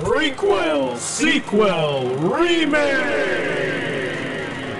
Prequel, sequel, remake!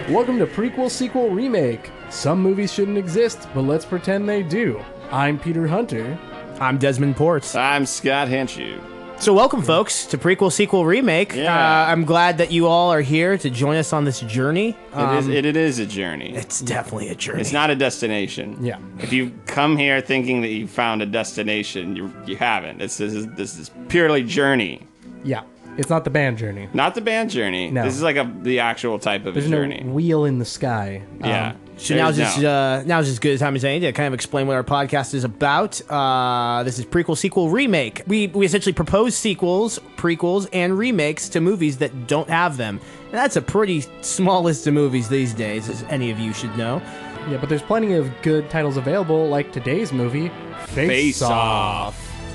Welcome to Prequel Sequel Remake. Some movies shouldn't exist, but let's pretend they do. I'm Peter Hunter. I'm Desmond Ports. I'm Scott Henshew. So, welcome, folks, to Prequel Sequel Remake. Yeah. Uh, I'm glad that you all are here to join us on this journey. It Um, is it, it is a journey. It's definitely a journey. It's not a destination. Yeah. If you come here thinking that you found a destination, you you haven't. It's this is this is purely journey. Yeah, it's not the band journey. Not the band journey. No. This is like a the actual type of There's a journey. no wheel in the sky. yeah. Um, So now's There's just no- uh, now's as good a time as any to kind of explain what our podcast is about. Uh, this is prequel, sequel, remake. We we essentially propose sequels, prequels, and remakes to movies that don't have them, and that's a pretty small list of movies these days, as any of you should know. yeah, but there's plenty of good titles available, like today's movie, Face, Face Off.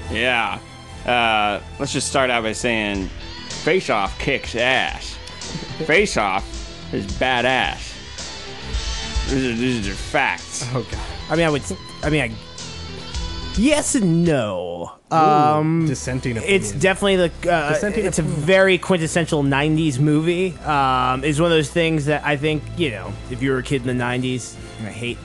yeah. Uh, let's just start out by saying, Face Off kicks ass. Face Off is badass. These are, these are facts. Oh god. I mean, I would. I mean, I. Yes and no. Um, Dissenting opinion. it's definitely the. Uh, Dissenting it's a very quintessential '90s movie. Um, it's one of those things that I think you know, if you were a kid in the '90s, and I hate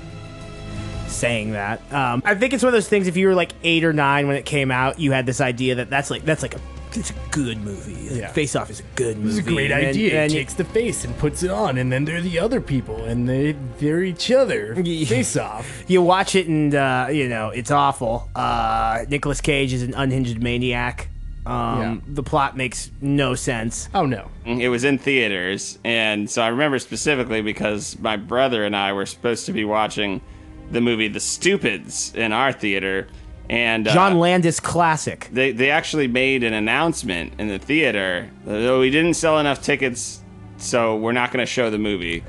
saying that. Um, I think it's one of those things. If you were like eight or nine when it came out, you had this idea that that's like that's like a. It's a good movie. Yeah. Like, Face Off is a good movie. This is a great And- idea. and it you- takes the face and puts it on, and then they're the other people, and they they're each other. Yeah. Face off. you watch it and uh, you know it's awful. Uh, Nicholas Cage is an unhinged maniac. Um, Yeah. The plot makes no sense. Oh no. It was in theaters, and so I remember specifically because my brother and I were supposed to be watching the movie The Stupids in our theater, and uh, John Landis classic. they they actually made an announcement in the theater though we didn't sell enough tickets, so we're not going to show the movie.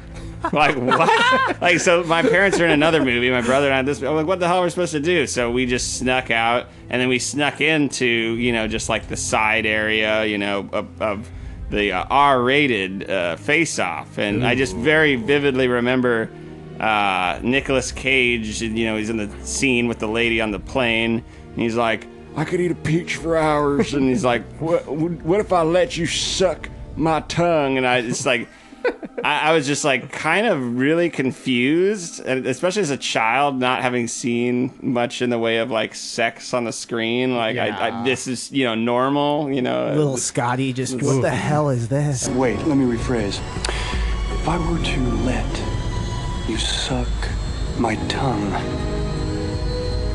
Like what? like so, my parents are in another movie. My brother and I. This. I'm like, what the hell are we supposed to do? So we just snuck out, and then we snuck into you know just like the side area, you know of. of the uh, R-rated uh, face-off, and I just very vividly remember uh, Nicholas Cage. and, You know, he's in the scene with the lady on the plane, and he's like, "I could eat a peach for hours," and he's like, "What? What if I let you suck my tongue?" And I it's like. I, I was just like kind of really confused, and especially as a child, not having seen much in the way of like sex on the screen. Like, I, I, this is you know normal, you know. Little Scotty just what the hell is this? Wait, let me rephrase. If I were to let you suck my tongue,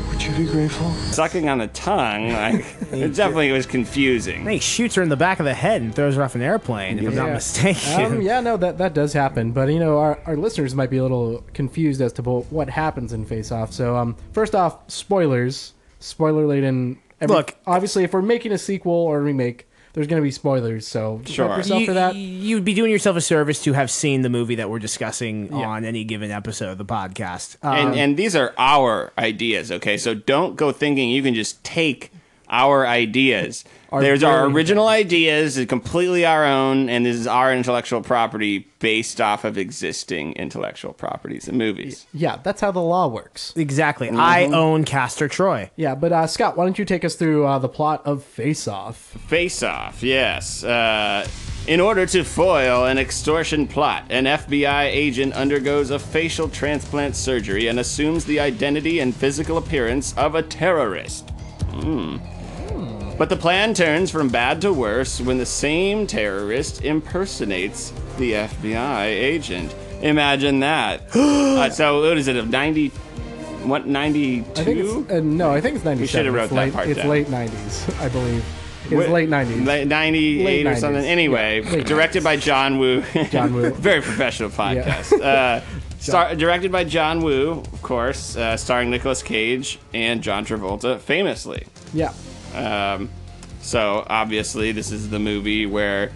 would you be grateful? sucking on the tongue. Like it definitely was confusing. He shoots her in the back of the head and throws her off an airplane. If I'm not Yeah. mistaken. Um, yeah, no, that that does happen, but you know, our, our listeners might be a little confused as to bo- what happens in Face Off. So, um, first off, spoilers, spoiler laden. Every, Look. obviously, if we're making a sequel or a remake, there's going to be spoilers. So, Sure. prep yourself you, for that. would be doing yourself a service to have seen the movie that we're discussing Yeah. on any given episode of the podcast. Um, And and these are our ideas, okay? So don't go thinking you can just take our ideas. There's our very- original ideas, they're completely our own, and this is our intellectual property based off of existing intellectual properties and movies. Yeah, that's how the law works. exactly. I own Castor Troy. Yeah, but uh, Scott, why don't you take us through uh, the plot of Face Off? Face Off, yes. Uh, in order to foil an extortion plot, an FBI agent undergoes a facial transplant surgery and assumes the identity and physical appearance of a terrorist. Hmm. But the plan turns from bad to worse when the same terrorist impersonates the FBI agent. Imagine that. uh, so, what is it, of 90. What, 92? I think it's uh, no, I think it's ninety-seven. should've wrote it's that late, part It's down. late nineties, I believe. It's Wait, late nineties. late 98 Late or something. 90s. Anyway, Yeah, late directed by John Woo. John Woo. Very professional podcast. Uh, star- directed by John Woo, of course, uh, starring Nicolas Cage and John Travolta, famously. Yeah, Um, so obviously, this is the movie where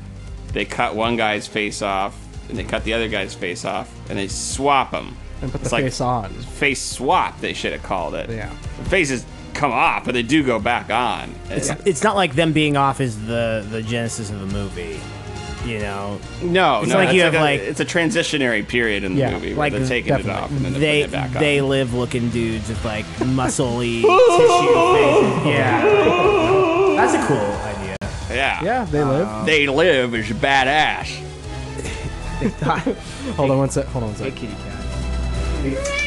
they cut one guy's face off and they cut the other guy's face off and they swap them. and put the It's like- face on. Face swap, they should have called it. Yeah. The faces come off, but they do go back on. It's not like them being off is the the genesis of the movie. You know, No, It's no, like it's you have, like a, like- it's a transitionary period in the Yeah, movie where like, they're taking it definitely. off and then they they're putting it back they on. live looking dudes with like muscly tissue faces. Yeah, that's a cool idea. Yeah. Yeah, Uh, they live. They live is badass. hold on one sec. Hold on one Hey, sec. kitty cat.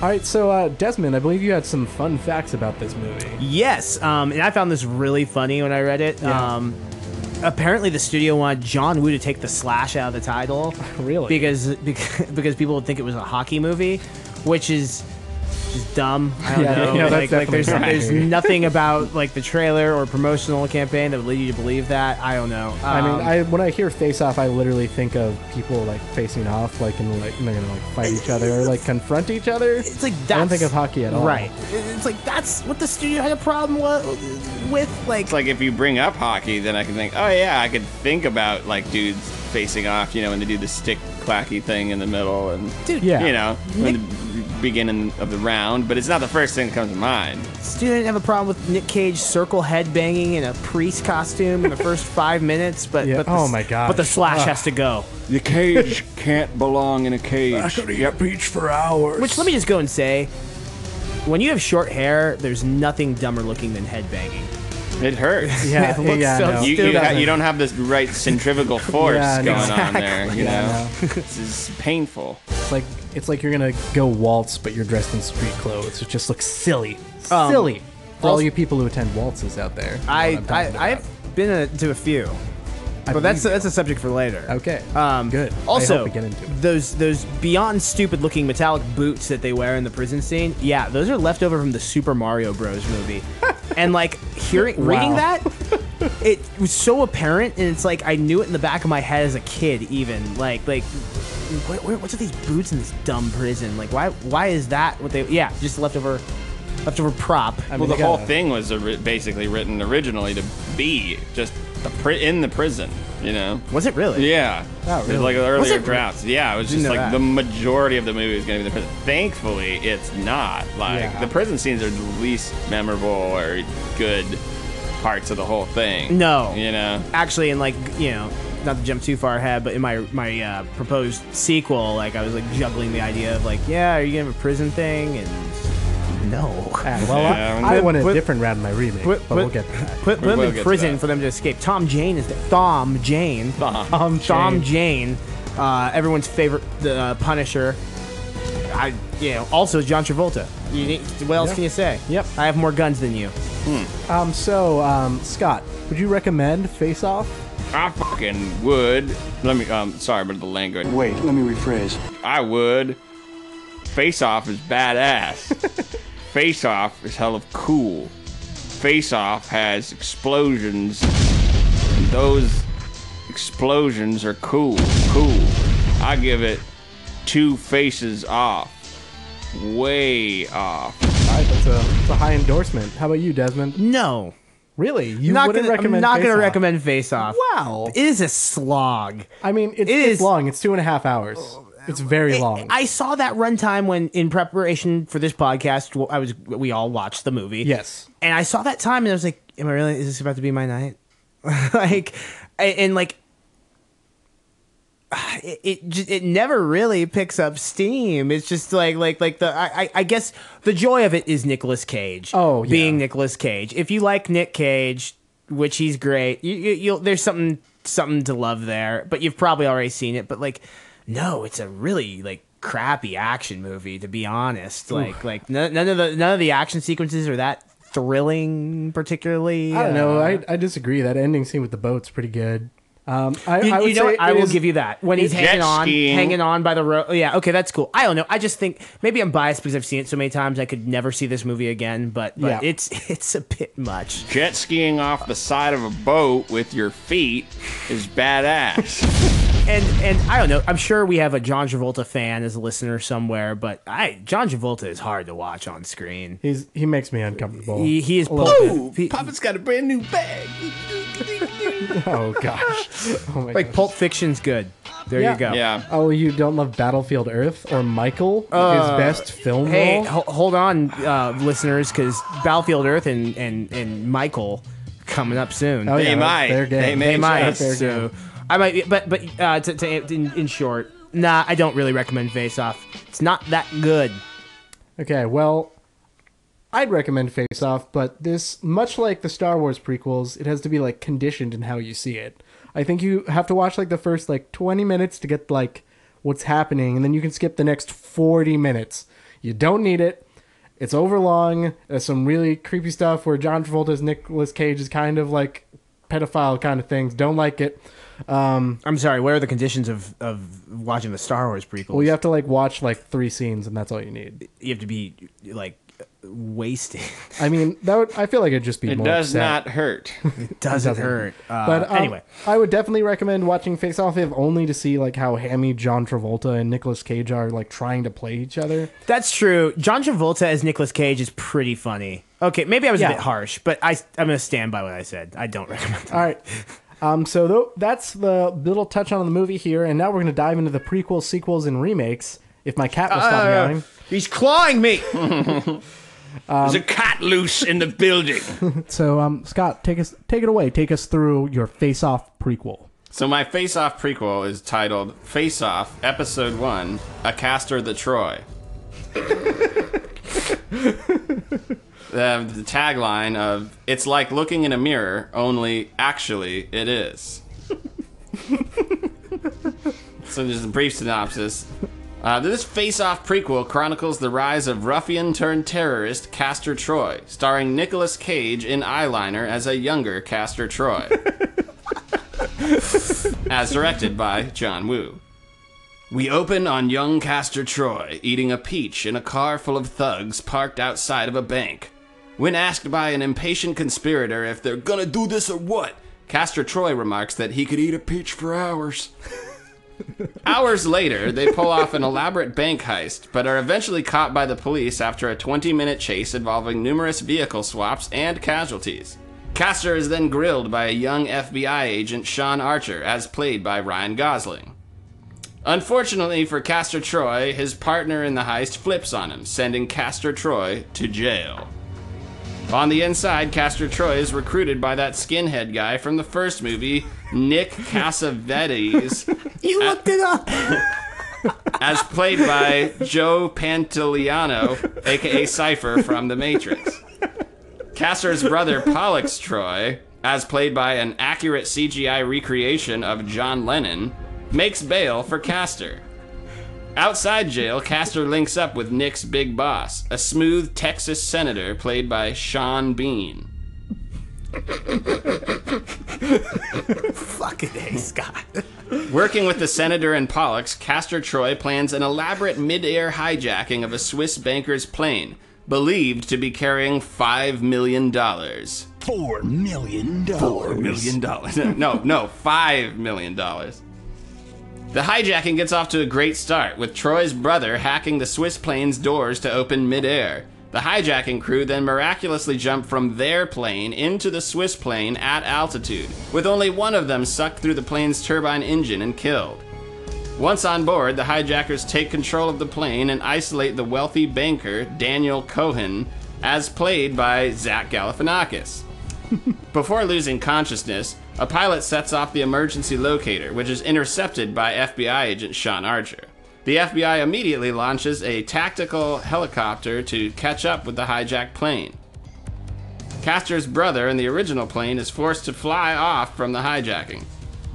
All right, so uh, Desmond, I believe you had some fun facts about this movie. Yes, um, and I found this really funny when I read it. Yeah. Um, apparently, the studio wanted John Woo to take the slash out of the title. Really? Because because, because people would think it was a hockey movie, which is just dumb. I don't Yeah, know. you know, that's like, like, definitely there's not there's true. nothing about like the trailer or promotional campaign that would lead you to believe that. I don't know. I mean, Um, I when I hear face off, I literally think of people like facing off, like and like and they're gonna like fight each other or like confront each other. it's like that's I don't think of hockey at all. Right. It's like that's what the studio had a problem wa- with. Like, It's like if you bring up hockey, then I can think, oh yeah, I could think about like dudes facing off, you know, when they do the stick clacky thing in the middle and dude, Yeah. you know, in the beginning of the round, but it's not the first thing that comes to mind. Student didn't have a problem with Nick Cage circle head banging in a priest costume in the first five minutes, but, Yeah. but the, Oh my gosh. But the slash has to go. The cage can't belong in a cage. Which let me just go and say, when you have short hair, there's nothing dumber looking than head banging. It hurts. Yeah. It looks yeah, I so know. You, Still you, ha- doesn't. you don't have this right centrifugal force Yeah, I know. going on there. You Yeah, I know, this is painful. It's like it's like you're gonna go waltz, but you're dressed in street clothes. It just looks silly, Um, silly. For all also- you people who attend waltzes out there, you know what I, I'm talking about. I I've been a, to a few, I but that's believe that's a subject for later. you. okay. Um, good. I Also, hope we get into it. those those beyond stupid looking metallic boots that they wear in the prison scene, yeah, those are left over from the Super Mario Bros. movie. and like hearing reading Wow. that, it was so apparent, and it's like I knew it in the back of my head as a kid. Even like like, what, what, what's with these boots in this dumb prison? Like why why is that what they? Yeah, just leftover leftover prop. I Well, mean, the they whole gotta- thing was ori- basically written originally to be just the pri- in the prison. You know. was it really? Yeah. Oh, really? It's Like the Was it earlier re- drafts. Yeah, it was just know like that. the majority of the movie is going to be the prison. Thankfully, it's not. Like, Yeah. the prison scenes are the least memorable or good parts of the whole thing. No. You know? actually in like you know not to jump too far ahead but in my my uh, proposed sequel like i was like juggling the idea of like yeah are you gonna have a prison thing and no Ah, well, Yeah, I, I but- went a but- different route in my remake, but, we'll get to that. put We them will in get to prison that. for them to escape tom jane is the thom jane Thom. Thom jane uh, everyone's favorite the uh, punisher i you know also john travolta you need, what else Yeah. can you say Yep. i have more guns than you Um, so um, Scott, would you recommend Face Off? I fucking would. Let me, um, sorry about the language. Wait, let me rephrase. I would. Face Off is badass. Face Off is hell of cool. Face Off has explosions. and Those explosions are cool. Cool. I give it two faces off. Way off. All right, that's a, that's a high endorsement. How about you, Desmond? no Really, you not wouldn't gonna, recommend? I'm not Face gonna Off? recommend face off Wow. it is a slog I mean, it's, It it's is- long. It's two and a half hours. It's very long. I saw that runtime when, in preparation for this podcast, w- I was we all watched the movie. Yes. and I saw that time, and I was like, "Am I really? Is this about to be my night?" like, a- and like, it it, ju- it never really picks up steam. It's just like like like the I I- I guess the joy of it is Nicolas Cage. Oh, yeah. being Nicolas Cage. If you like Nick Cage, which he's great, you, you you'll there's something something to love there. But you've probably already seen it. But like, no, it's a really like crappy action movie to be honest. Like like none, none of the none of the action sequences are that thrilling particularly. I don't know. Uh, I, I disagree. That ending scene with the boat's pretty good. Um, I, You, I would you know say what? I it will is- give you that. When he's Jet hanging on, skiing. hanging on by the rope. Yeah, okay, that's cool. I don't know. I just think maybe I'm biased because I've seen it so many times. I could never see this movie again. But, but Yeah. it's it's a bit much. Jet skiing off the side of a boat with your feet is badass. And and I don't know. I'm sure we have a John Travolta fan as a listener somewhere. But I John Travolta is hard to watch on screen. He's he makes me uncomfortable. He, he is A little bit. Pulp, he- Papa's got a brand new bag. Oh gosh. Oh my like gosh. Pulp Fiction's good. There Yeah. you go. Yeah. Oh, you don't love Battlefield Earth or Michael? his best film Uh, Hey, role. ho- hold on, uh, listeners, because Battlefield Earth and, and, and Michael coming up soon. Oh, They yeah, might. They're gay. They may they might. Fair So I might, be, but but uh, to, to, in, in short, nah, I don't really recommend Face Off. It's not that good. Okay, well, I'd recommend Face Off, but this, much like the Star Wars prequels, it has to be like conditioned in how you see it. I think you have to watch like the first like 20 minutes to get like what's happening, and then you can skip the next 40 minutes. You don't need it. It's overlong. There's some really creepy stuff where John Travolta's Nicolas Cage is kind of like pedophile kind of things. Don't like it. I'm sorry. What are the conditions of, of watching the Star Wars prequels? Well, you have to like watch like three scenes, and that's all you need. you have to be like wasted. I mean, that would I feel like it'd just be It more does upset. Um, not hurt. It doesn't, hurt. Uh, But um, anyway, I would definitely recommend watching Face Off if only to see like how hammy John Travolta and Nicolas Cage are like trying to play each other. that's true. John Travolta as Nicolas Cage is pretty funny. Okay, maybe I was Yeah. a bit harsh, but I I'm gonna stand by what I said. I don't recommend. That. All right. Um, so tho- that's the little touch on the movie here, and now we're gonna dive into the prequels, sequels, and remakes. If my cat will Uh. stop meowing. He's clawing me. There's a cat loose in the building. So, um, Scott, take us take it away. Take us through your Face Off prequel. So my Face Off prequel is titled Face Off Episode 1, A Caster the Troy. Uh, the tagline of it's like looking in a mirror, only actually it is. so just a brief synopsis. Uh, this face-off prequel chronicles the rise of ruffian-turned-terrorist Castor Troy, starring Nicolas Cage in eyeliner as a younger Castor Troy, as directed by John Woo. We open on young Castor Troy eating a peach in a car full of thugs parked outside of a bank. When asked by an impatient conspirator if they're gonna do this or what, Castor Troy remarks that he could eat a peach for hours. Hours later, they pull off an elaborate bank heist, but are eventually caught by the police after a 20 minute chase involving numerous vehicle swaps and casualties. Castor is then grilled by a young FBI agent, Sean Archer, as played by Ryan Gosling. Unfortunately for Castor Troy, his partner in the heist flips on him, sending Castor Troy to jail. On the inside, Castor Troy is recruited by that skinhead guy from the first movie, Nick Cassavetes, you looked it up. as played by Joe Pantoliano, aka Cypher from The Matrix. Castor's brother, Pollux Troy, as played by an accurate CGI recreation of John Lennon, makes bail for Castor. Outside jail, Castor links up with Nick's big boss, a smooth Texas senator played by Sean Bean. Fucking hey, Scott. Working with the senator and Pollux, Castor Troy plans an elaborate mid-air hijacking of a Swiss banker's plane, believed to be carrying five million dollars. Four million dollars. Million dollars? no, no, five million dollars. The hijacking gets off to a great start, with Troy's brother hacking the Swiss plane's doors to open midair. The hijacking crew then miraculously jump from their plane into the Swiss plane at altitude, with only one of them sucked through the plane's turbine engine and killed. Once on board, the hijackers take control of the plane and isolate the wealthy banker, Daniel Cohen, as played by Zach Galifianakis. Before losing consciousness, a pilot sets off the emergency locator, which is intercepted by FBI agent Sean Archer. The FBI immediately launches a tactical helicopter to catch up with the hijacked plane. Castor's brother in the original plane is forced to fly off from the hijacking.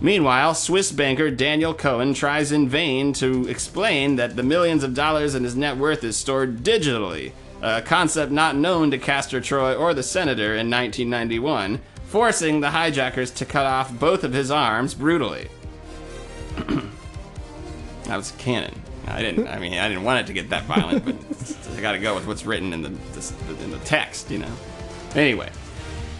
Meanwhile, Swiss banker Daniel Cohen tries in vain to explain that the millions of dollars in his net worth is stored digitally, a concept not known to Castor Troy or the senator in 1991, forcing the hijackers to cut off both of his arms brutally. that was canon. I didn't. I mean, I didn't want it to get that violent, but I got to go with what's written in the in the text, you know. Anyway,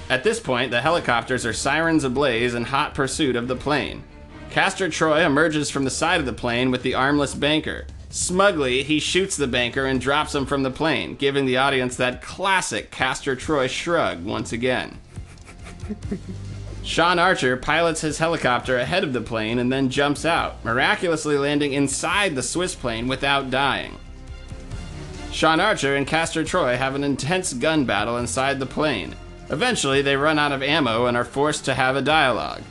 at this point, the helicopters are sirens ablaze in hot pursuit of the plane. Castor Troy emerges from the side of the plane with the armless banker. Smugly, he shoots the banker and drops him from the plane, giving the audience that classic Castor Troy shrug once again. Sean Archer pilots his helicopter ahead of the plane and then jumps out, miraculously landing inside the Swiss plane without dying. Sean Archer and Castor Troy have an intense gun battle inside the plane. Eventually, they run out of ammo and are forced to have a dialogue.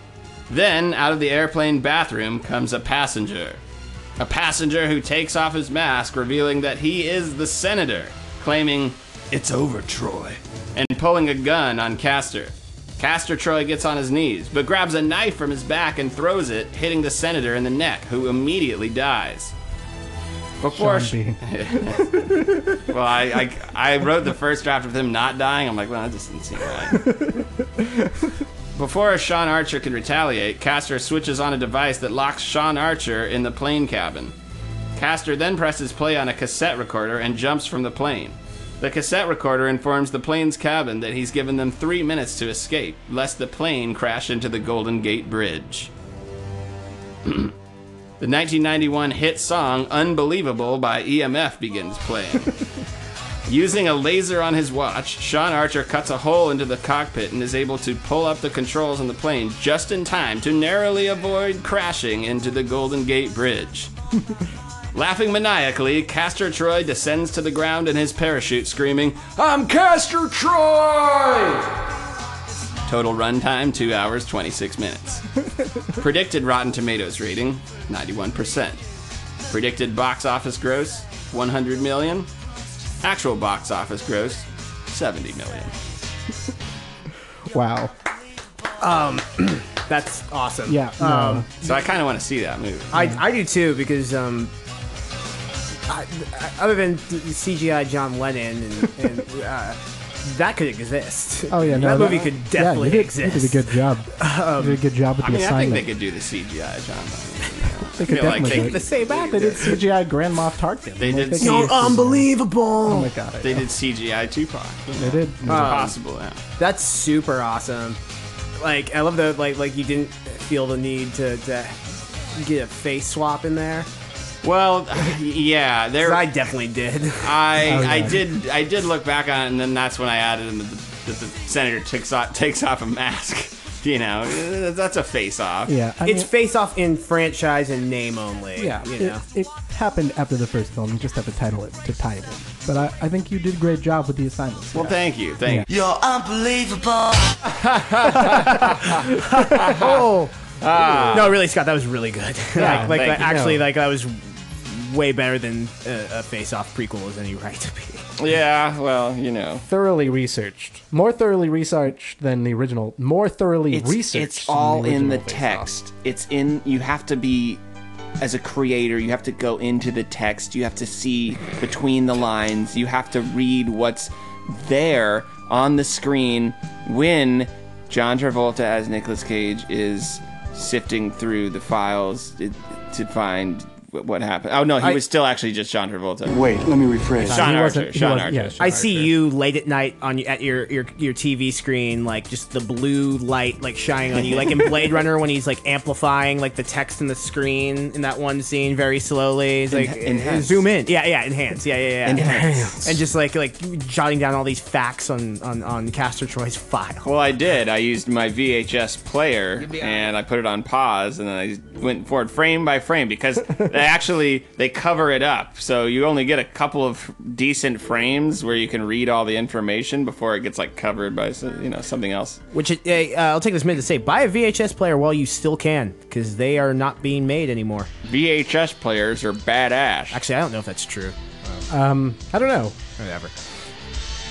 Then, out of the airplane bathroom comes a passenger. A passenger who takes off his mask, revealing that he is the senator, claiming, It's over, Troy. And pulling a gun on Castor. Castor Troy gets on his knees, but grabs a knife from his back and throws it, hitting the senator in the neck, who immediately dies. Before Sean she- Bean. well, I, I I wrote the first draft of him not dying. I'm like, well, that just didn't seem right. Before Sean Archer can retaliate, Castor switches on a device that locks Sean Archer in the plane cabin. Castor then presses play on a cassette recorder and jumps from the plane. The cassette recorder informs the plane's cabin that he's given them three minutes to escape, lest the plane crash into the Golden Gate Bridge. The 1991 hit song Unbelievable by EMF begins playing. Using a laser on his watch, Sean Archer cuts a hole into the cockpit and is able to pull up the controls on the plane just in time to narrowly avoid crashing into the Golden Gate Bridge. Laughing maniacally, Castor Troy descends to the ground in his parachute, screaming, I'm Castor Troy! Total runtime 2 hours 26 minutes. Predicted Rotten Tomatoes rating 91%. Predicted box office gross 100 million. Actual box office gross 70 million. Wow. That's awesome. Yeah. no. Um, So I kind of want to see that movie. I, I do too because um, I, I- other than CGI John Lennon and, and uh, that could exist. oh yeah. No, that movie could definitely yeah, you did, exist. You did a good job. you did a good job with the Um, I mean, I think assignment. they could do the CGI, John. they could feel like definitely. they- do The it. same act. They did CGI Grand Moff Tarkin. They Like, did could You're use this. unbelievable. Oh my god. I um, They know. did CGI Tupac. They did. Uh, Possible, yeah. That's super awesome. Like I love the like like you didn't feel the need to, to get a face swap in there. Well, yeah, there. 'Cause I definitely did. I Oh, I yeah. did I did look back on it, and then that's when I added in the, that the senator takes off takes off a mask. You know, that's a face off. Yeah. I it's mean, face off in franchise and name only. yeah. you it- know. It, happened after the first film. You just have to title it to tie it. in. But I, I think you did a great job with the assignments. Well, thank you, thank you. You're unbelievable. oh. no, really, Scott, that was really good. like, like thank that- you. actually, No. like that was way better than a, a face off prequel is any right to be. Yeah, well, you know, thoroughly researched. More thoroughly researched than the original. More thoroughly It's, researched. it's all than in the original Face Off. text. It's in. You have to be, as a creator, you have to go into the text. You have to see between the lines. You have to read what's there on the screen when John Travolta as Nicolas Cage is sifting through the files to, to find wh- what happened. Oh no, he was still actually just John Travolta. Wait, let me rephrase. Sean he Archer. wasn't- he Sean wasn't- Archer. yeah. Sean I Archer. see you late at night on at your, your your TV screen, like just the blue light like shining on you, like in Blade Runner when he's like amplifying like the text in the screen in that one scene very slowly. He's like En- enhance. zoom in, yeah, yeah, enhance, yeah, yeah, yeah, Enhance. and just like like jotting down all these facts on on on Castor Troy's file. Well, I did. I used my VHS player and I put it on pause, and then I went forward frame by frame because they actually they cover it up, so you only get a couple of decent frames where you can read all the information before it gets like covered by so- you know something else. Which uh, uh, I'll take this minute to say, buy a VHS player while you still can, because they are not being made anymore. VHS players are badass. Actually, I don't know if that's true. I don't know. Whatever.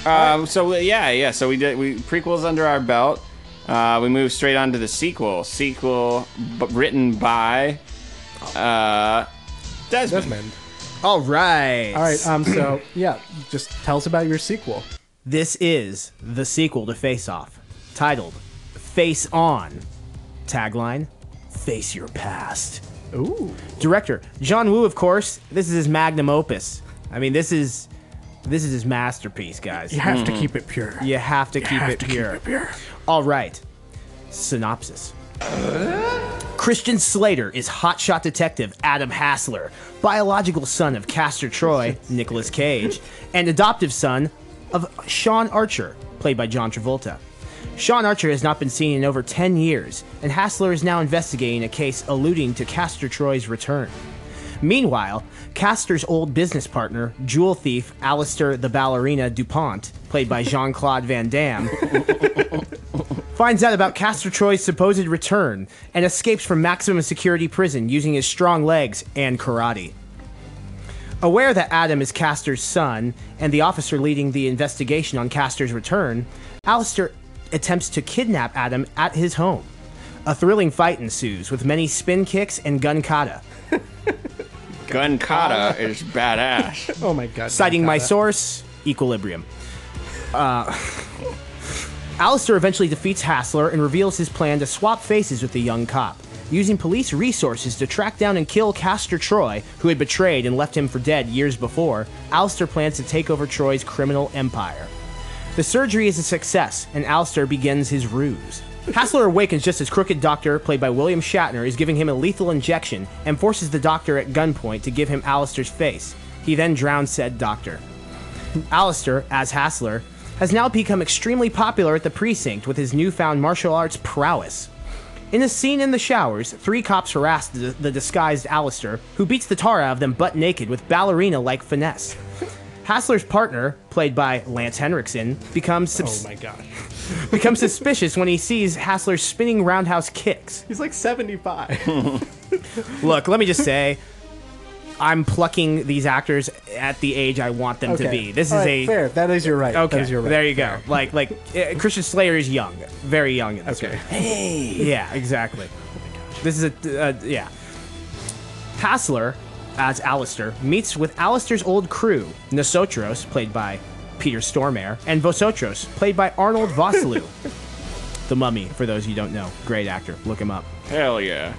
Um, uh, so yeah, yeah. So we did we prequels under our belt. Uh, we move straight on to the sequel. Sequel b- written by uh, Desmond. Desmond. All right. All right. Um. So yeah, just tell us about your sequel. This is the sequel to Face Off, titled Face On. Tagline Face Your Past. Ooh. Director John Woo, of course. This is his magnum opus. I mean, this is this is his masterpiece, guys. You have to keep it pure. You have to, keep, have it to keep pure. it pure. All right. Synopsis. Christian Slater is hotshot detective Adam Hassler, biological son of Castor Troy, Nicolas Cage, and adoptive son of Sean Archer, played by John Travolta. Sean Archer has not been seen in over 10 years, and Hassler is now investigating a case alluding to Castor Troy's return. Meanwhile, Castor's old business partner, jewel thief Alistair the Ballerina DuPont, played by Jean Claude Van Damme, finds out about Castor Troy's supposed return and escapes from maximum security prison using his strong legs and karate. Aware that Adam is Castor's son and the officer leading the investigation on Castor's return, Alistair attempts to kidnap Adam at his home. A thrilling fight ensues with many spin kicks and gun kata. Gun kata is badass. Oh my god. Citing my Got it. source, Equilibrium. Uh, Alistair eventually defeats Hassler and reveals his plan to swap faces with the young cop, using police resources to track down and kill Castor Troy, who had betrayed and left him for dead years before. Alistair plans to take over Troy's criminal empire. The surgery is a success, and Alistair begins his ruse. Hassler awakens just as Crooked Doctor, played by William Shatner, is giving him a lethal injection and forces the doctor at gunpoint to give him Alistair's face. He then drowns said doctor. Alistair, as Hassler, has now become extremely popular at the precinct with his newfound martial arts prowess. In a scene in the showers, three cops harass the, the disguised Alistair, who beats the tar out of them butt naked with ballerina like finesse. Hassler's partner, played by Lance Henriksen, becomes, Oh subs- my gosh. becomes suspicious when he sees Hassler spinning roundhouse kicks. He's like 75. Look, let me just say, I'm plucking these actors at the age I want them to be. This All is right, a fair. That is your right. Okay, That is your right. there you go. Like, like uh, Christian Slayer is young, very young. In this Okay. movie. Yeah, exactly. This is a uh, yeah. Hassler, as Alistair, meets with Alistair's old crew, Nosotros, played by Peter Stormare, and Vosotros, played by Arnold Vosloo. the Mummy, for those you don't know, great actor. Look him up. Hell yeah.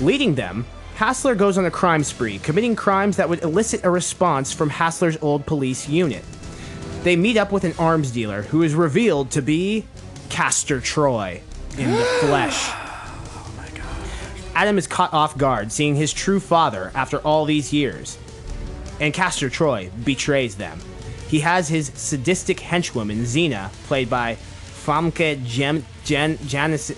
Leading them, Hassler goes on a crime spree, committing crimes that would elicit a response from Hassler's old police unit. They meet up with an arms dealer who is revealed to be Castor Troy in the flesh. Adam is caught off guard, seeing his true father after all these years. And Castor Troy betrays them. He has his sadistic henchwoman, Xena, played by Famke Gem- Jan- Janis.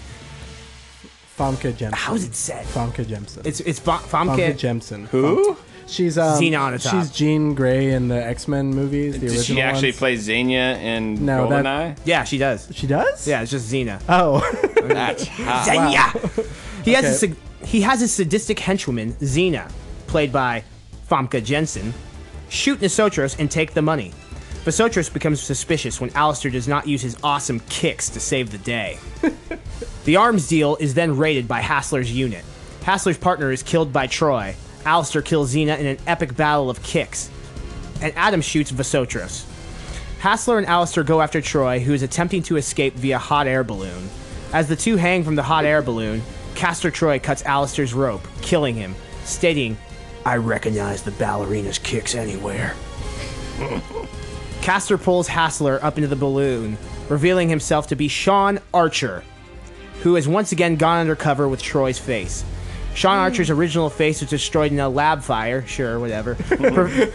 Famke Jemsen. How is it said? Famke Jemsen. It's, it's Fa- Famke Famke. Jemsen. Who? She's um, Xena on the top. She's Jean Grey in the X Men movies. The Did original she actually ones. play Xenia in No, that- GoldenEye? Yeah, she does. She does. Yeah, it's just Xena. Oh. That's hot. Xenia! He, has a, Okay. sig- he has his sadistic henchwoman, Xena, played by Famke Jensen, shoot Nisotros and take the money. Visotros becomes suspicious when Alistair does not use his awesome kicks to save the day. the arms deal is then raided by Hassler's unit. Hassler's partner is killed by Troy. Alistair kills Xena in an epic battle of kicks. And Adam shoots Visotros. Hassler and Alistair go after Troy, who is attempting to escape via hot air balloon. As the two hang from the hot air balloon, Castor Troy cuts Alistair's rope, killing him, stating, I recognize the ballerina's kicks anywhere. Castor pulls Hassler up into the balloon, revealing himself to be Sean Archer, who has once again gone undercover with Troy's face. Sean Archer's original face was destroyed in a lab fire, sure, whatever, pre-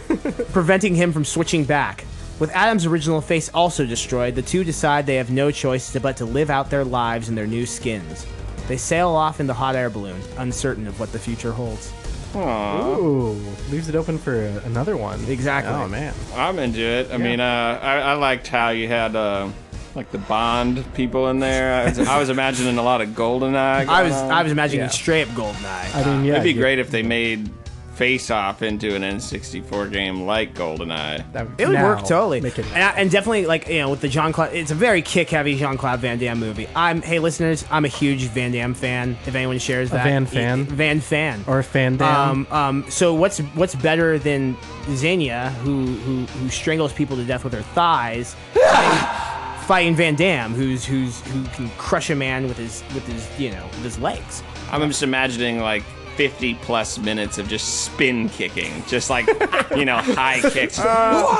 preventing him from switching back. With Adam's original face also destroyed, the two decide they have no choice but to live out their lives in their new skins. They sail off in the hot air balloon, uncertain of what the future holds. Ooh. Leaves it open for uh, another one. Exactly. Oh man. I'm into it. I mean, uh, I, I liked how you had uh, like the Bond people in there. I was, I was imagining a lot of Goldeneye. I was going I on. was imagining Yeah. straight up Goldeneye. I mean, yeah. It'd be you- great if they made Face Off into an N64 game like Goldeneye. That would, It would now work totally, Make it. and, I- and definitely like you know with the John Claude. It's a very kick-heavy Jean Claude Van Damme movie. I'm hey listeners, I'm a huge Van Damme fan. If anyone shares that, Van E- fan? Van fan, Or a fan um, um, so what's what's better than Xenia, who who who strangles people to death with her thighs, fighting, fighting Van Damme, who's who's who can crush a man with his with his you know with his legs. I'm just imagining like 50 plus minutes of just spin kicking, just like you know high kicks.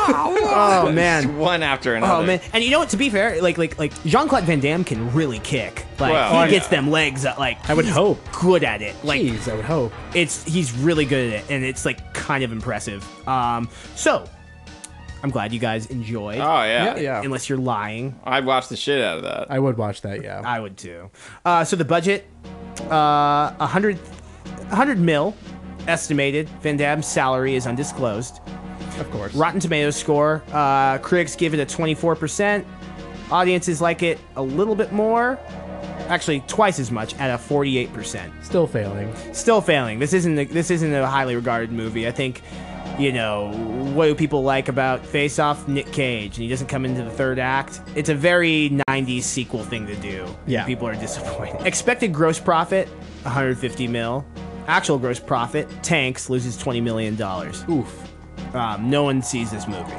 Oh Just Uh, man. one after another. Oh man, and you know what? To be fair, like like like Jean Claude Van Damme can really kick. Like Well, he I- gets them legs. That, like I would he's hope. good at it. Like Jeez, I would hope. it's he's really good at it, and it's like kind of impressive. Um, so I'm glad you guys enjoyed. Oh yeah. Yeah, yeah. Unless you're lying, I'd watch the shit out of that. I would watch that. Yeah. I would too. Uh, so the budget, uh, 100, 100 mil estimated. Van Damme's salary is undisclosed. of course. Rotten Tomatoes score, uh, critics give it a 24%. Audiences like it a little bit more. Actually, twice as much at a 48%. Still failing. Still failing. This isn't a, this isn't a highly regarded movie. I think, you know, what do people like about Face Off? Nick Cage, and he doesn't come into the third act. It's a very 90s sequel thing to do. Yeah. People are disappointed. Expected gross profit, 150 mil. Actual gross profit, Tanks loses 20 million dollars. Oof. Um, no one sees this movie.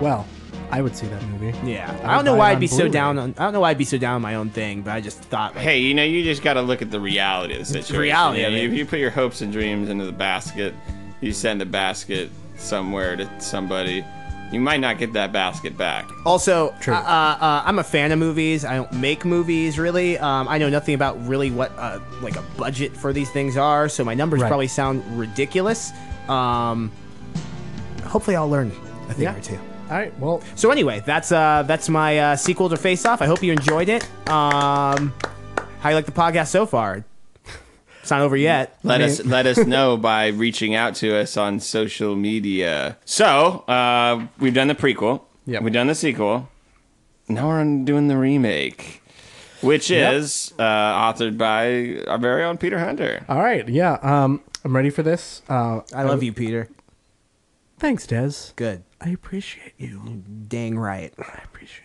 Well, I would see that movie. Yeah, I I, don't would know buy it why I'd on be so Blu-ray. down on. I don't know why I'd be so down on my own thing, but I just thought, like, Hey, you know, you just got to look at the reality of the situation. reality I of mean, it. if you put your hopes and dreams into the basket, you send the basket somewhere to somebody, you might not get that basket back. Also, Uh, uh, uh, I'm a fan of movies. I don't make movies really. Um, I know nothing about really what uh, like a budget for these things are, so my numbers Right. probably sound ridiculous. Um, hopefully, I'll learn a thing Yeah. or two. All right. Well, So anyway, that's uh, that's my uh, sequel to Face Off. I hope you enjoyed it. Um, how you like the podcast so far? It's not over yet. Let us let us know by reaching out to us on social media. So uh, we've done the prequel. Yep. We've done the sequel. Now we're on doing the remake, which is uh, authored by our very own Peter Hunter. all right. Yeah. Um, I'm ready for this. Uh, I love you, Peter. thanks, Des. Good. I appreciate you. Dang right. I appreciate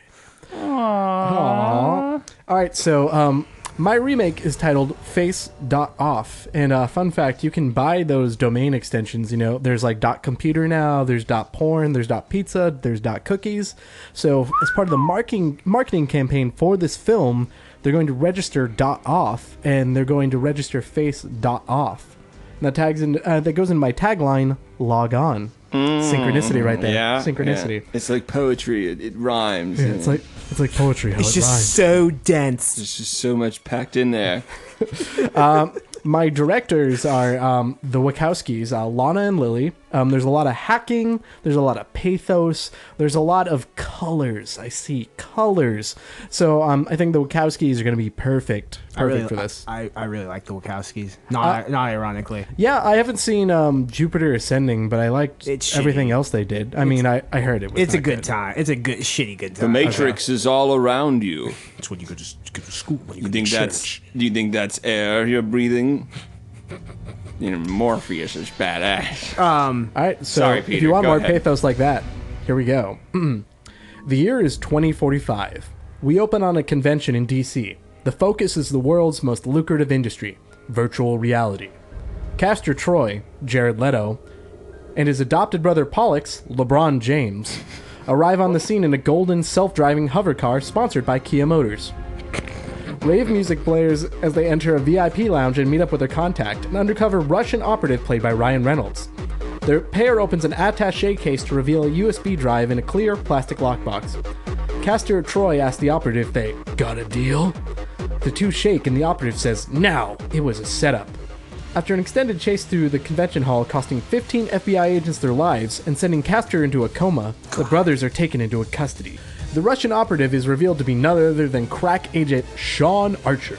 you. Aww. All right, so um, my remake is titled Face Dot Off, and uh, fun fact: you can buy those domain extensions. You know, there's like dot computer now, there's dot porn, there's dot pizza, there's dot cookies. So as part of the marketing marketing campaign for this film, they're going to register dot off, and they're going to register Face Dot Off. And that tags in uh, that goes in my tagline: Log on. Synchronicity, right there. Mm. Yeah, Synchronicity. yeah. It's like poetry. It, it rhymes. Yeah, it's like it's like poetry. How It's it just rhymes. so dense. there's just so much packed in there. My directors are um, the Wachowskis, uh, Lana and Lily. Um, there's a lot of hacking. There's a lot of pathos. There's a lot of colors. I see colors. So um, I think the Wachowskis are going to be perfect, perfect I really, for this. I, I really like the Wachowskis. Not not ironically. yeah, I haven't seen um, Jupiter Ascending, but I liked It's everything shitty. else they did. I mean, I, I heard it was It's a not good, time. It's a good shitty good time. The Matrix is all around you. It's when you go to, go to school. When you, You go to think that's church. you think that's air you're breathing? You know, Morpheus is badass. Uh, All right, so Sorry, if Peter, you want go more ahead. pathos like that, here we go. the year is 2045. We open on a convention in DC. The focus is the world's most lucrative industry, virtual reality. Caster Troy, Jared Leto, and his adopted brother Pollux, LeBron James, arrive on the scene in a golden self-driving hover car sponsored by Kia Motors. Rave music players as they enter a VIP lounge and meet up with their contact, an undercover Russian operative played by Ryan Reynolds. Their pair opens an attache case to reveal a USB drive in a clear plastic lockbox. Castor Troy asks the operative if they got a deal. The two shake, and the operative says, Now! It was a setup. After an extended chase through the convention hall, costing 15 FBI agents their lives and sending Castor into a coma, the brothers are taken into custody. The Russian operative is revealed to be none other than crack agent Sean Archer.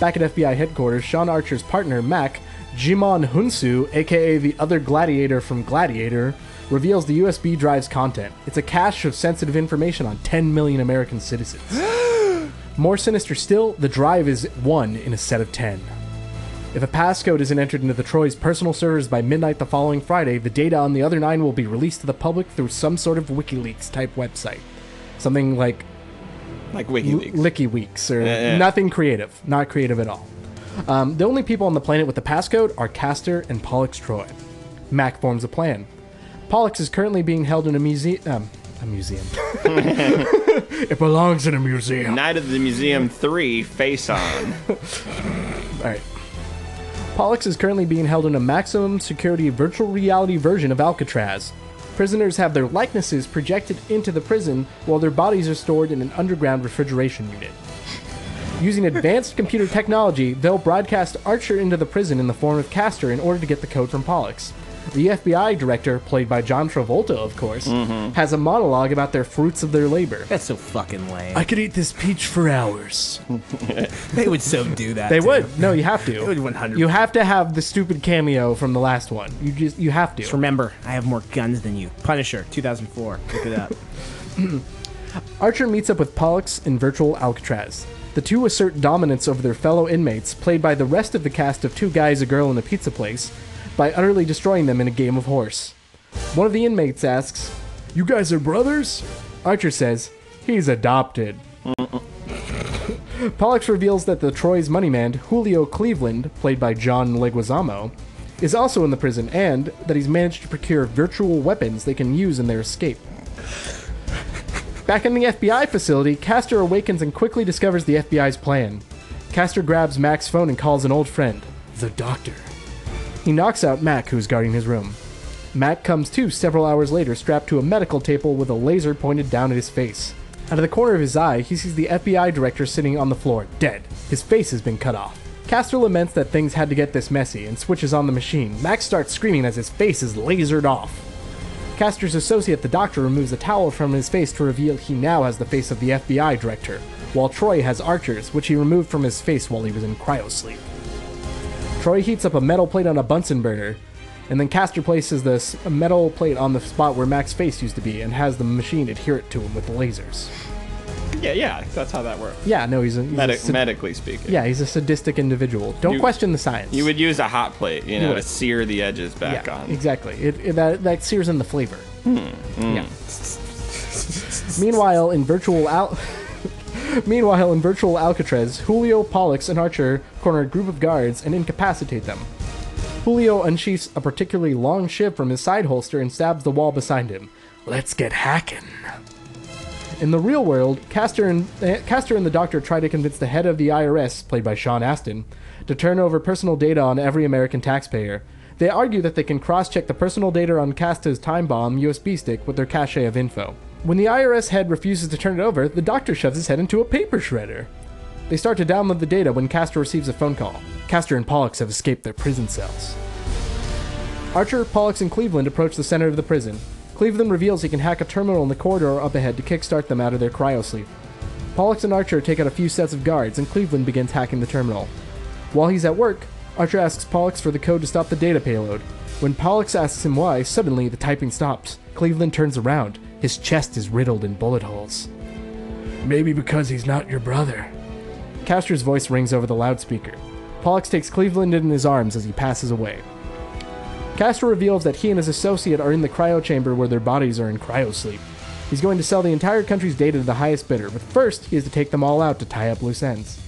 Back at FBI headquarters, Sean Archer's partner, Mac, Jimon Hunsu, aka the other gladiator from Gladiator, reveals the USB drive's content. It's a cache of sensitive information on 10 million American citizens. More sinister still, the drive is one in a set of 10. If a passcode isn't entered into the Troy's personal servers by midnight the following Friday, the data on the other nine will be released to the public through some sort of WikiLeaks type website. Something like like L- WikiLeaks. Licky Weeks or yeah. nothing creative, not creative at all. Um, the only people on the planet with the passcode are Castor and Pollux Troy. Mac forms a plan. Pollux is currently being held in a museum. Um, a museum. it belongs in a museum. Night of the Museum 3 Face On. All right. Pollux is currently being held in a maximum security virtual reality version of Alcatraz. Prisoners have their likenesses projected into the prison while their bodies are stored in an underground refrigeration unit. Using advanced computer technology, they'll broadcast Archer into the prison in the form of Castor in order to get the code from Pollux. The FBI director, played by John Travolta, of course, has a monologue about their fruits of their labor. That's so fucking lame. I could eat this peach for hours. they would so do that. They too. would. No, you have to. would 100%. You have to have the stupid cameo from the last one. You just you have Just to. remember, I have more guns than you. Punisher, 2004. Look it up. Archer meets up with Pollux in virtual Alcatraz. The two assert dominance over their fellow inmates, played by the rest of the cast of Two Guys, a Girl, and a Pizza Place, by utterly destroying them in a game of horse. One of the inmates asks, You guys are brothers? Archer says, He's adopted. Pollux reveals that the Troy's moneyman, Julio Cleveland, played by John Leguizamo, is also in the prison and that he's managed to procure virtual weapons they can use in their escape. Back in the FBI facility, Castor awakens and quickly discovers the FBI's plan. Castor grabs Mac's phone and calls an old friend, the doctor. He knocks out Mac, who's guarding his room. Mac comes to several hours later, strapped to a medical table with a laser pointed down at his face. Out of the corner of his eye, he sees the FBI director sitting on the floor, dead. His face has been cut off. Castor laments that things had to get this messy and switches on the machine. Mac starts screaming as his face is lasered off. Castor's associate, the doctor, removes a towel from his face to reveal he now has the face of the FBI director, while Troy has Archer's, which he removed from his face while he was in cryosleep. Troy heats up a metal plate on a Bunsen burner, and then Castor places this metal plate on the spot where Mac's face used to be and has the machine adhere it to him with lasers. Yeah, yeah, that's how that works. Yeah, no, he's a, he's a Medi- sad- medically speaking. yeah, he's a sadistic individual. Don't You- question the science. You would use a hot plate, you know, would. to sear the edges back yeah, on. Hmm, exactly. It, it- that, that sears in the flavor. Yeah. Meanwhile, in virtual Al- Meanwhile, in virtual Alcatraz, Julio, Pollux, and Archer corner a group of guards and incapacitate them. Julio unsheaths a particularly long shiv from his side holster and stabs the wall beside him. Let's get hacking. In the real world, Castor and eh, Castor and the Doctor try to convince the head of the IRS, played by Sean Astin, to turn over personal data on every American taxpayer. They argue that they can cross-check the personal data on Castor's time bomb USB stick with their cache of info. When the IRS head refuses to turn it over, the Doctor shoves his head into a paper shredder. They start to download the data when Castor receives a phone call. Castor and Pollux have escaped their prison cells. Archer, Pollux, and Cleveland approach the center of the prison. Cleveland reveals he can hack a terminal in the corridor up ahead to kickstart them out of their cryosleep. Pollux and Archer take out a few sets of guards, and Cleveland begins hacking the terminal. While he's at work, Archer asks Pollux for the code to stop the data payload. When Pollux asks him why, suddenly the typing stops. Cleveland turns around. His chest is riddled in bullet holes. Maybe because he's not your brother. Castor's voice rings over the loudspeaker. Pollux takes Cleveland in his arms as he passes away. Castor reveals that he and his associate are in the cryo chamber where their bodies are in cryosleep. He's going to sell the entire country's data to the highest bidder, but first he has to take them all out to tie up loose ends.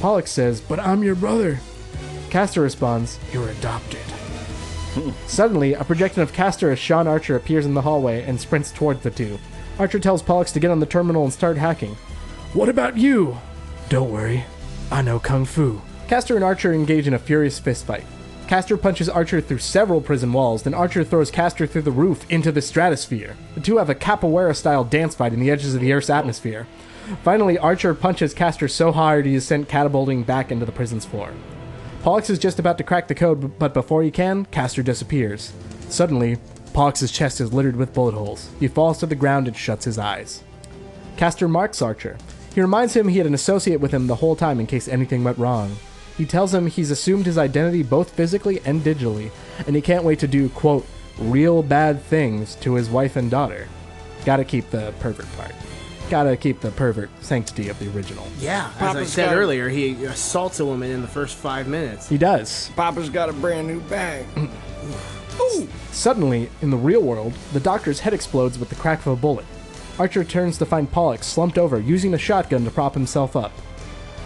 Pollux says, But I'm your brother. Castor responds, You're adopted. Suddenly, a projection of Castor as Sean Archer appears in the hallway and sprints towards the two. Archer tells Pollux to get on the terminal and start hacking. What about you? Don't worry, I know Kung Fu. Castor and Archer engage in a furious fistfight. Castor punches Archer through several prison walls, then Archer throws Castor through the roof into the stratosphere. The two have a capoeira style dance fight in the edges of the Earth's atmosphere. Finally, Archer punches Castor so hard he is sent catapulting back into the prison's floor. Pollux is just about to crack the code, but before he can, Castor disappears. Suddenly, Pollux's chest is littered with bullet holes. He falls to the ground and shuts his eyes. Castor marks Archer. He reminds him he had an associate with him the whole time in case anything went wrong. He tells him he's assumed his identity both physically and digitally, and he can't wait to do, quote, real bad things to his wife and daughter. Gotta keep the pervert part. Gotta keep the pervert sanctity of the original. Yeah, as I said earlier, he assaults a woman in the first five minutes. He does. Papa's got a brand new bag. Suddenly, in the real world, the doctor's head explodes with the crack of a bullet. Archer turns to find Pollock slumped over, using a shotgun to prop himself up.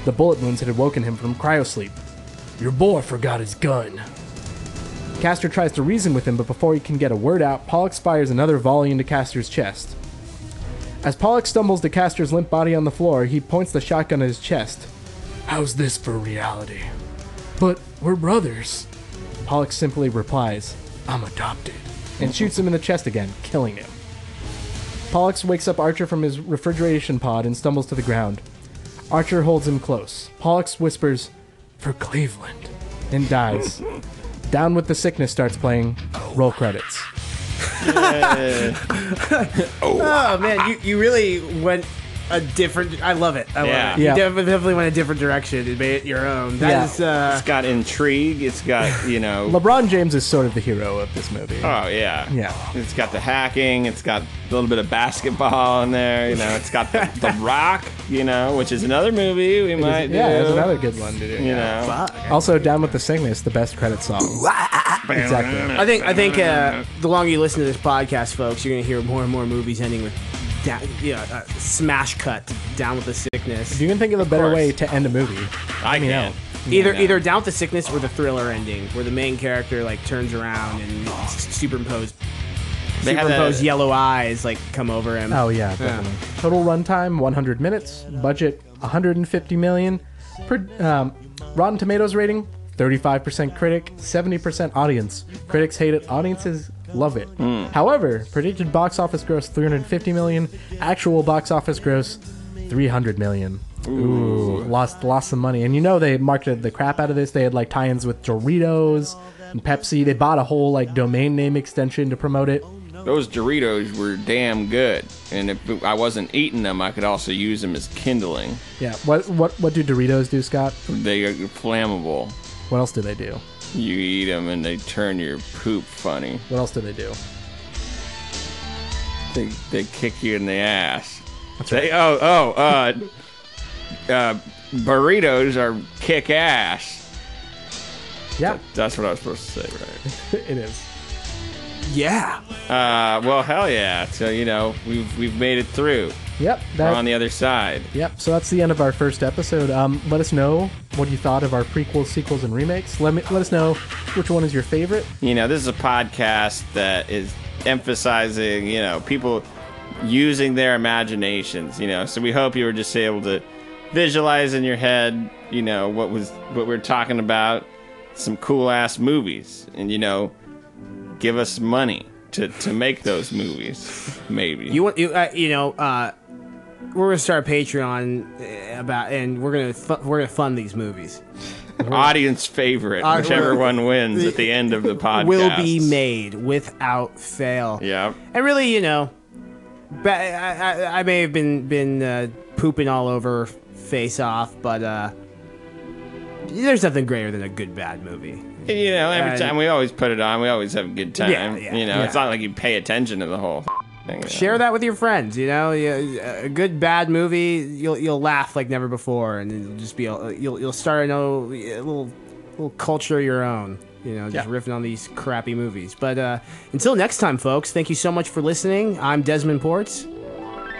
The bullet wounds had awoken him from cryosleep. Your boy forgot his gun. Castor tries to reason with him, but before he can get a word out, Pollock fires another volley into Castor's chest. As Pollock stumbles to Castor's limp body on the floor, he points the shotgun at his chest. How's this for reality? But we're brothers. Pollock simply replies, I'm adopted, and shoots him in the chest again, killing him. Pollux wakes up Archer from his refrigeration pod and stumbles to the ground. Archer holds him close. Pollux whispers, For Cleveland, and dies. Down with the Sickness starts playing. Roll credits. Oh man, you, you really went a different. I love it. I love Yeah. it. You Yeah. def- definitely went a different direction and made it your own. Yeah. That is uh, It's got intrigue. It's got you know. LeBron James is sort of the hero of this movie. Oh yeah. Yeah. It's got the hacking. It's got a little bit of basketball in there. You know. It's got the, the Rock. You know, which is another movie we might do. yeah, that's another good one to do. You know. Also, Down with the Sickness, the best credit song. Exactly. I think I think uh, the longer you listen to this podcast, folks, you're gonna hear more and more movies ending with, da- you know, uh, smash cut, down with the sickness. You can think of a better course. way to end a movie. I me can. know. Either Yeah. either down with the sickness or the thriller ending, where the main character like turns around and s- superimposed They have superimposed that- yellow eyes like come over him. Oh yeah, definitely. Total runtime 100 minutes. Budget 150 million. Per, um, Rotten Tomatoes rating 35% critic, 70% audience. Critics hate it, audiences love it. However, predicted box office gross 350 million. Actual box office gross 300 million. Ooh, lost lost some money. And you know they marketed the crap out of this. They had like tie-ins with Doritos and Pepsi. They bought a whole like domain name extension to promote it. Those Doritos were damn good, and if I wasn't eating them, I could also use them as kindling. Yeah. What what what do Doritos do, Scott? They are flammable. What else do they do? You eat them, and they turn your poop funny. What else do they do? They they kick you in the ass. they oh oh uh, uh, burritos are kick ass. Yeah, That's what I was supposed to say, right? it is. yeah, Uh, well, hell yeah! So you know we've we've made it through. Yep. We're That, on the other side. yep. So that's the end of our first episode. Um, let us know what you thought of our prequels, sequels, and remakes. Let me let us know which one is your favorite. You know, this is a podcast that is emphasizing you know people using their imaginations. You know, so we hope you were just able to visualize in your head. You know what was what we're talking about. Some cool ass movies, and you know, give us money to to make those movies. Maybe you want you uh, you know. Uh, we're gonna start a Patreon uh, about, and we're gonna fu- we're gonna fund these movies. audience favorite, Uh, whichever well, one wins at the end of the podcast Will be made without fail. Yeah. And really, you know, ba- I, I, I may have been been uh, pooping all over Face Off, but uh, there's nothing greater than a good bad movie. You know, every And- time we always put it on, we always have a good time. Yeah, yeah, you know, it's yeah. not like you pay attention to the whole thing. you know. Share that with your friends. You know, You- a good bad movie, you'll you'll laugh like never before, and it'll just be a, you'll you'll start a no- a little little culture of your own. You know, just Yeah. riffing on these crappy movies. But uh, until next time, folks, thank you so much for listening. I'm Desmond Ports.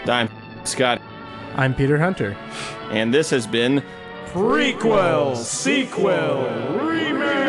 I'm Scott, I'm Peter Hunter. and this has been Prequel, sequel, remake.